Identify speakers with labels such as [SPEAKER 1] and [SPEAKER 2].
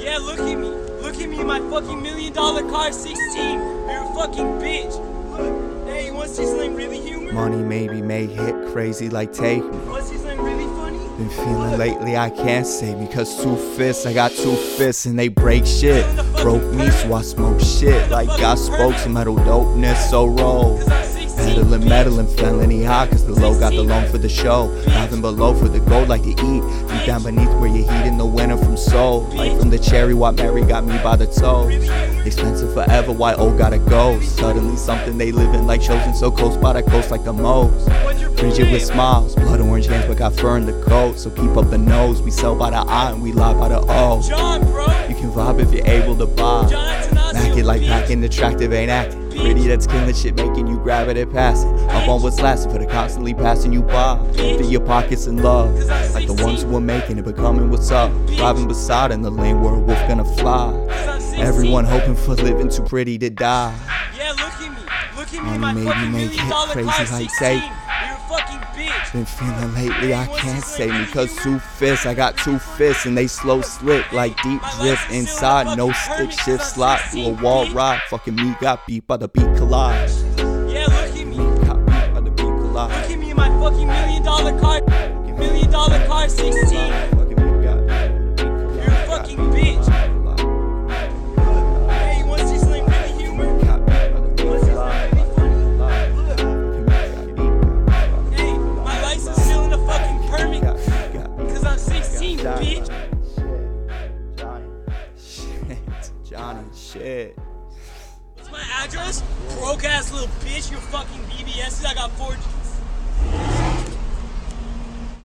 [SPEAKER 1] Yeah, look at me. Look at me in my fucking million dollar car 16. You're a fucking bitch. Look. Hey, you wanna see something really humor?
[SPEAKER 2] Money maybe may hit crazy like take me.
[SPEAKER 1] Wanna see something really funny?
[SPEAKER 2] Been feeling lately I can't say because two fists, I got two fists and they break shit. Broke me, so I smoke shit. Like I spoke some metal dopeness, so roll.
[SPEAKER 1] Cause I'm 16.
[SPEAKER 2] Peddling,
[SPEAKER 1] bitch.
[SPEAKER 2] meddling, felony high, cause the low got the loan for the show. Diving below for the gold like to eat. Deep down beneath where you heat in the winter from soul. Like from the cherry, why Mary got me by the toe. Expensive forever, why old gotta go. Suddenly something they living like chosen so coast by the coast like the most.
[SPEAKER 1] What's your
[SPEAKER 2] Frigid with
[SPEAKER 1] plan?
[SPEAKER 2] smiles, blood orange hands, but got fur in the coat. So keep up the nose, we sell by the eye and we lie by the O.
[SPEAKER 1] John, bro.
[SPEAKER 2] You can vibe if you're able to buy.
[SPEAKER 1] John Atanasio.
[SPEAKER 2] Back it like
[SPEAKER 1] bitch.
[SPEAKER 2] packing, attractive ain't acting. Pretty that's killing shit, making you grab it and pass it. Up on what's lasting for the constantly passing you by. Empty your pockets in love. Like the ones who are making it, becoming what's up. Driving beside in the lane where a wolf gonna fly.
[SPEAKER 1] Cause I'm 16.
[SPEAKER 2] Everyone hoping for living too pretty to die.
[SPEAKER 1] Yeah, look at me. Look at me
[SPEAKER 2] Money
[SPEAKER 1] in my
[SPEAKER 2] made
[SPEAKER 1] fucking
[SPEAKER 2] me make
[SPEAKER 1] million
[SPEAKER 2] it
[SPEAKER 1] dollar
[SPEAKER 2] crazy eh?
[SPEAKER 1] car
[SPEAKER 2] like
[SPEAKER 1] 16.
[SPEAKER 2] Satan.
[SPEAKER 1] You're a fucking bitch.
[SPEAKER 2] Been feeling lately, I can't say because two fists, I got two fists and they slow slip like deep drift inside. No stick shift slot through a wall ride. Fucking me got beat by the beat collide.
[SPEAKER 1] Yeah, look at me. Look
[SPEAKER 2] Got beat by the beat collide.
[SPEAKER 1] at me in my fucking million dollar car. Million dollar car 16. You're a fucking bitch. Hey, you wanna see something really humor? Wanna see something really funny? Hey, my license still in the fucking permit. Cause I'm 16, bitch.
[SPEAKER 2] Johnny, shit.
[SPEAKER 1] What's my address? Broke ass little bitch, you fucking BBSs. I got four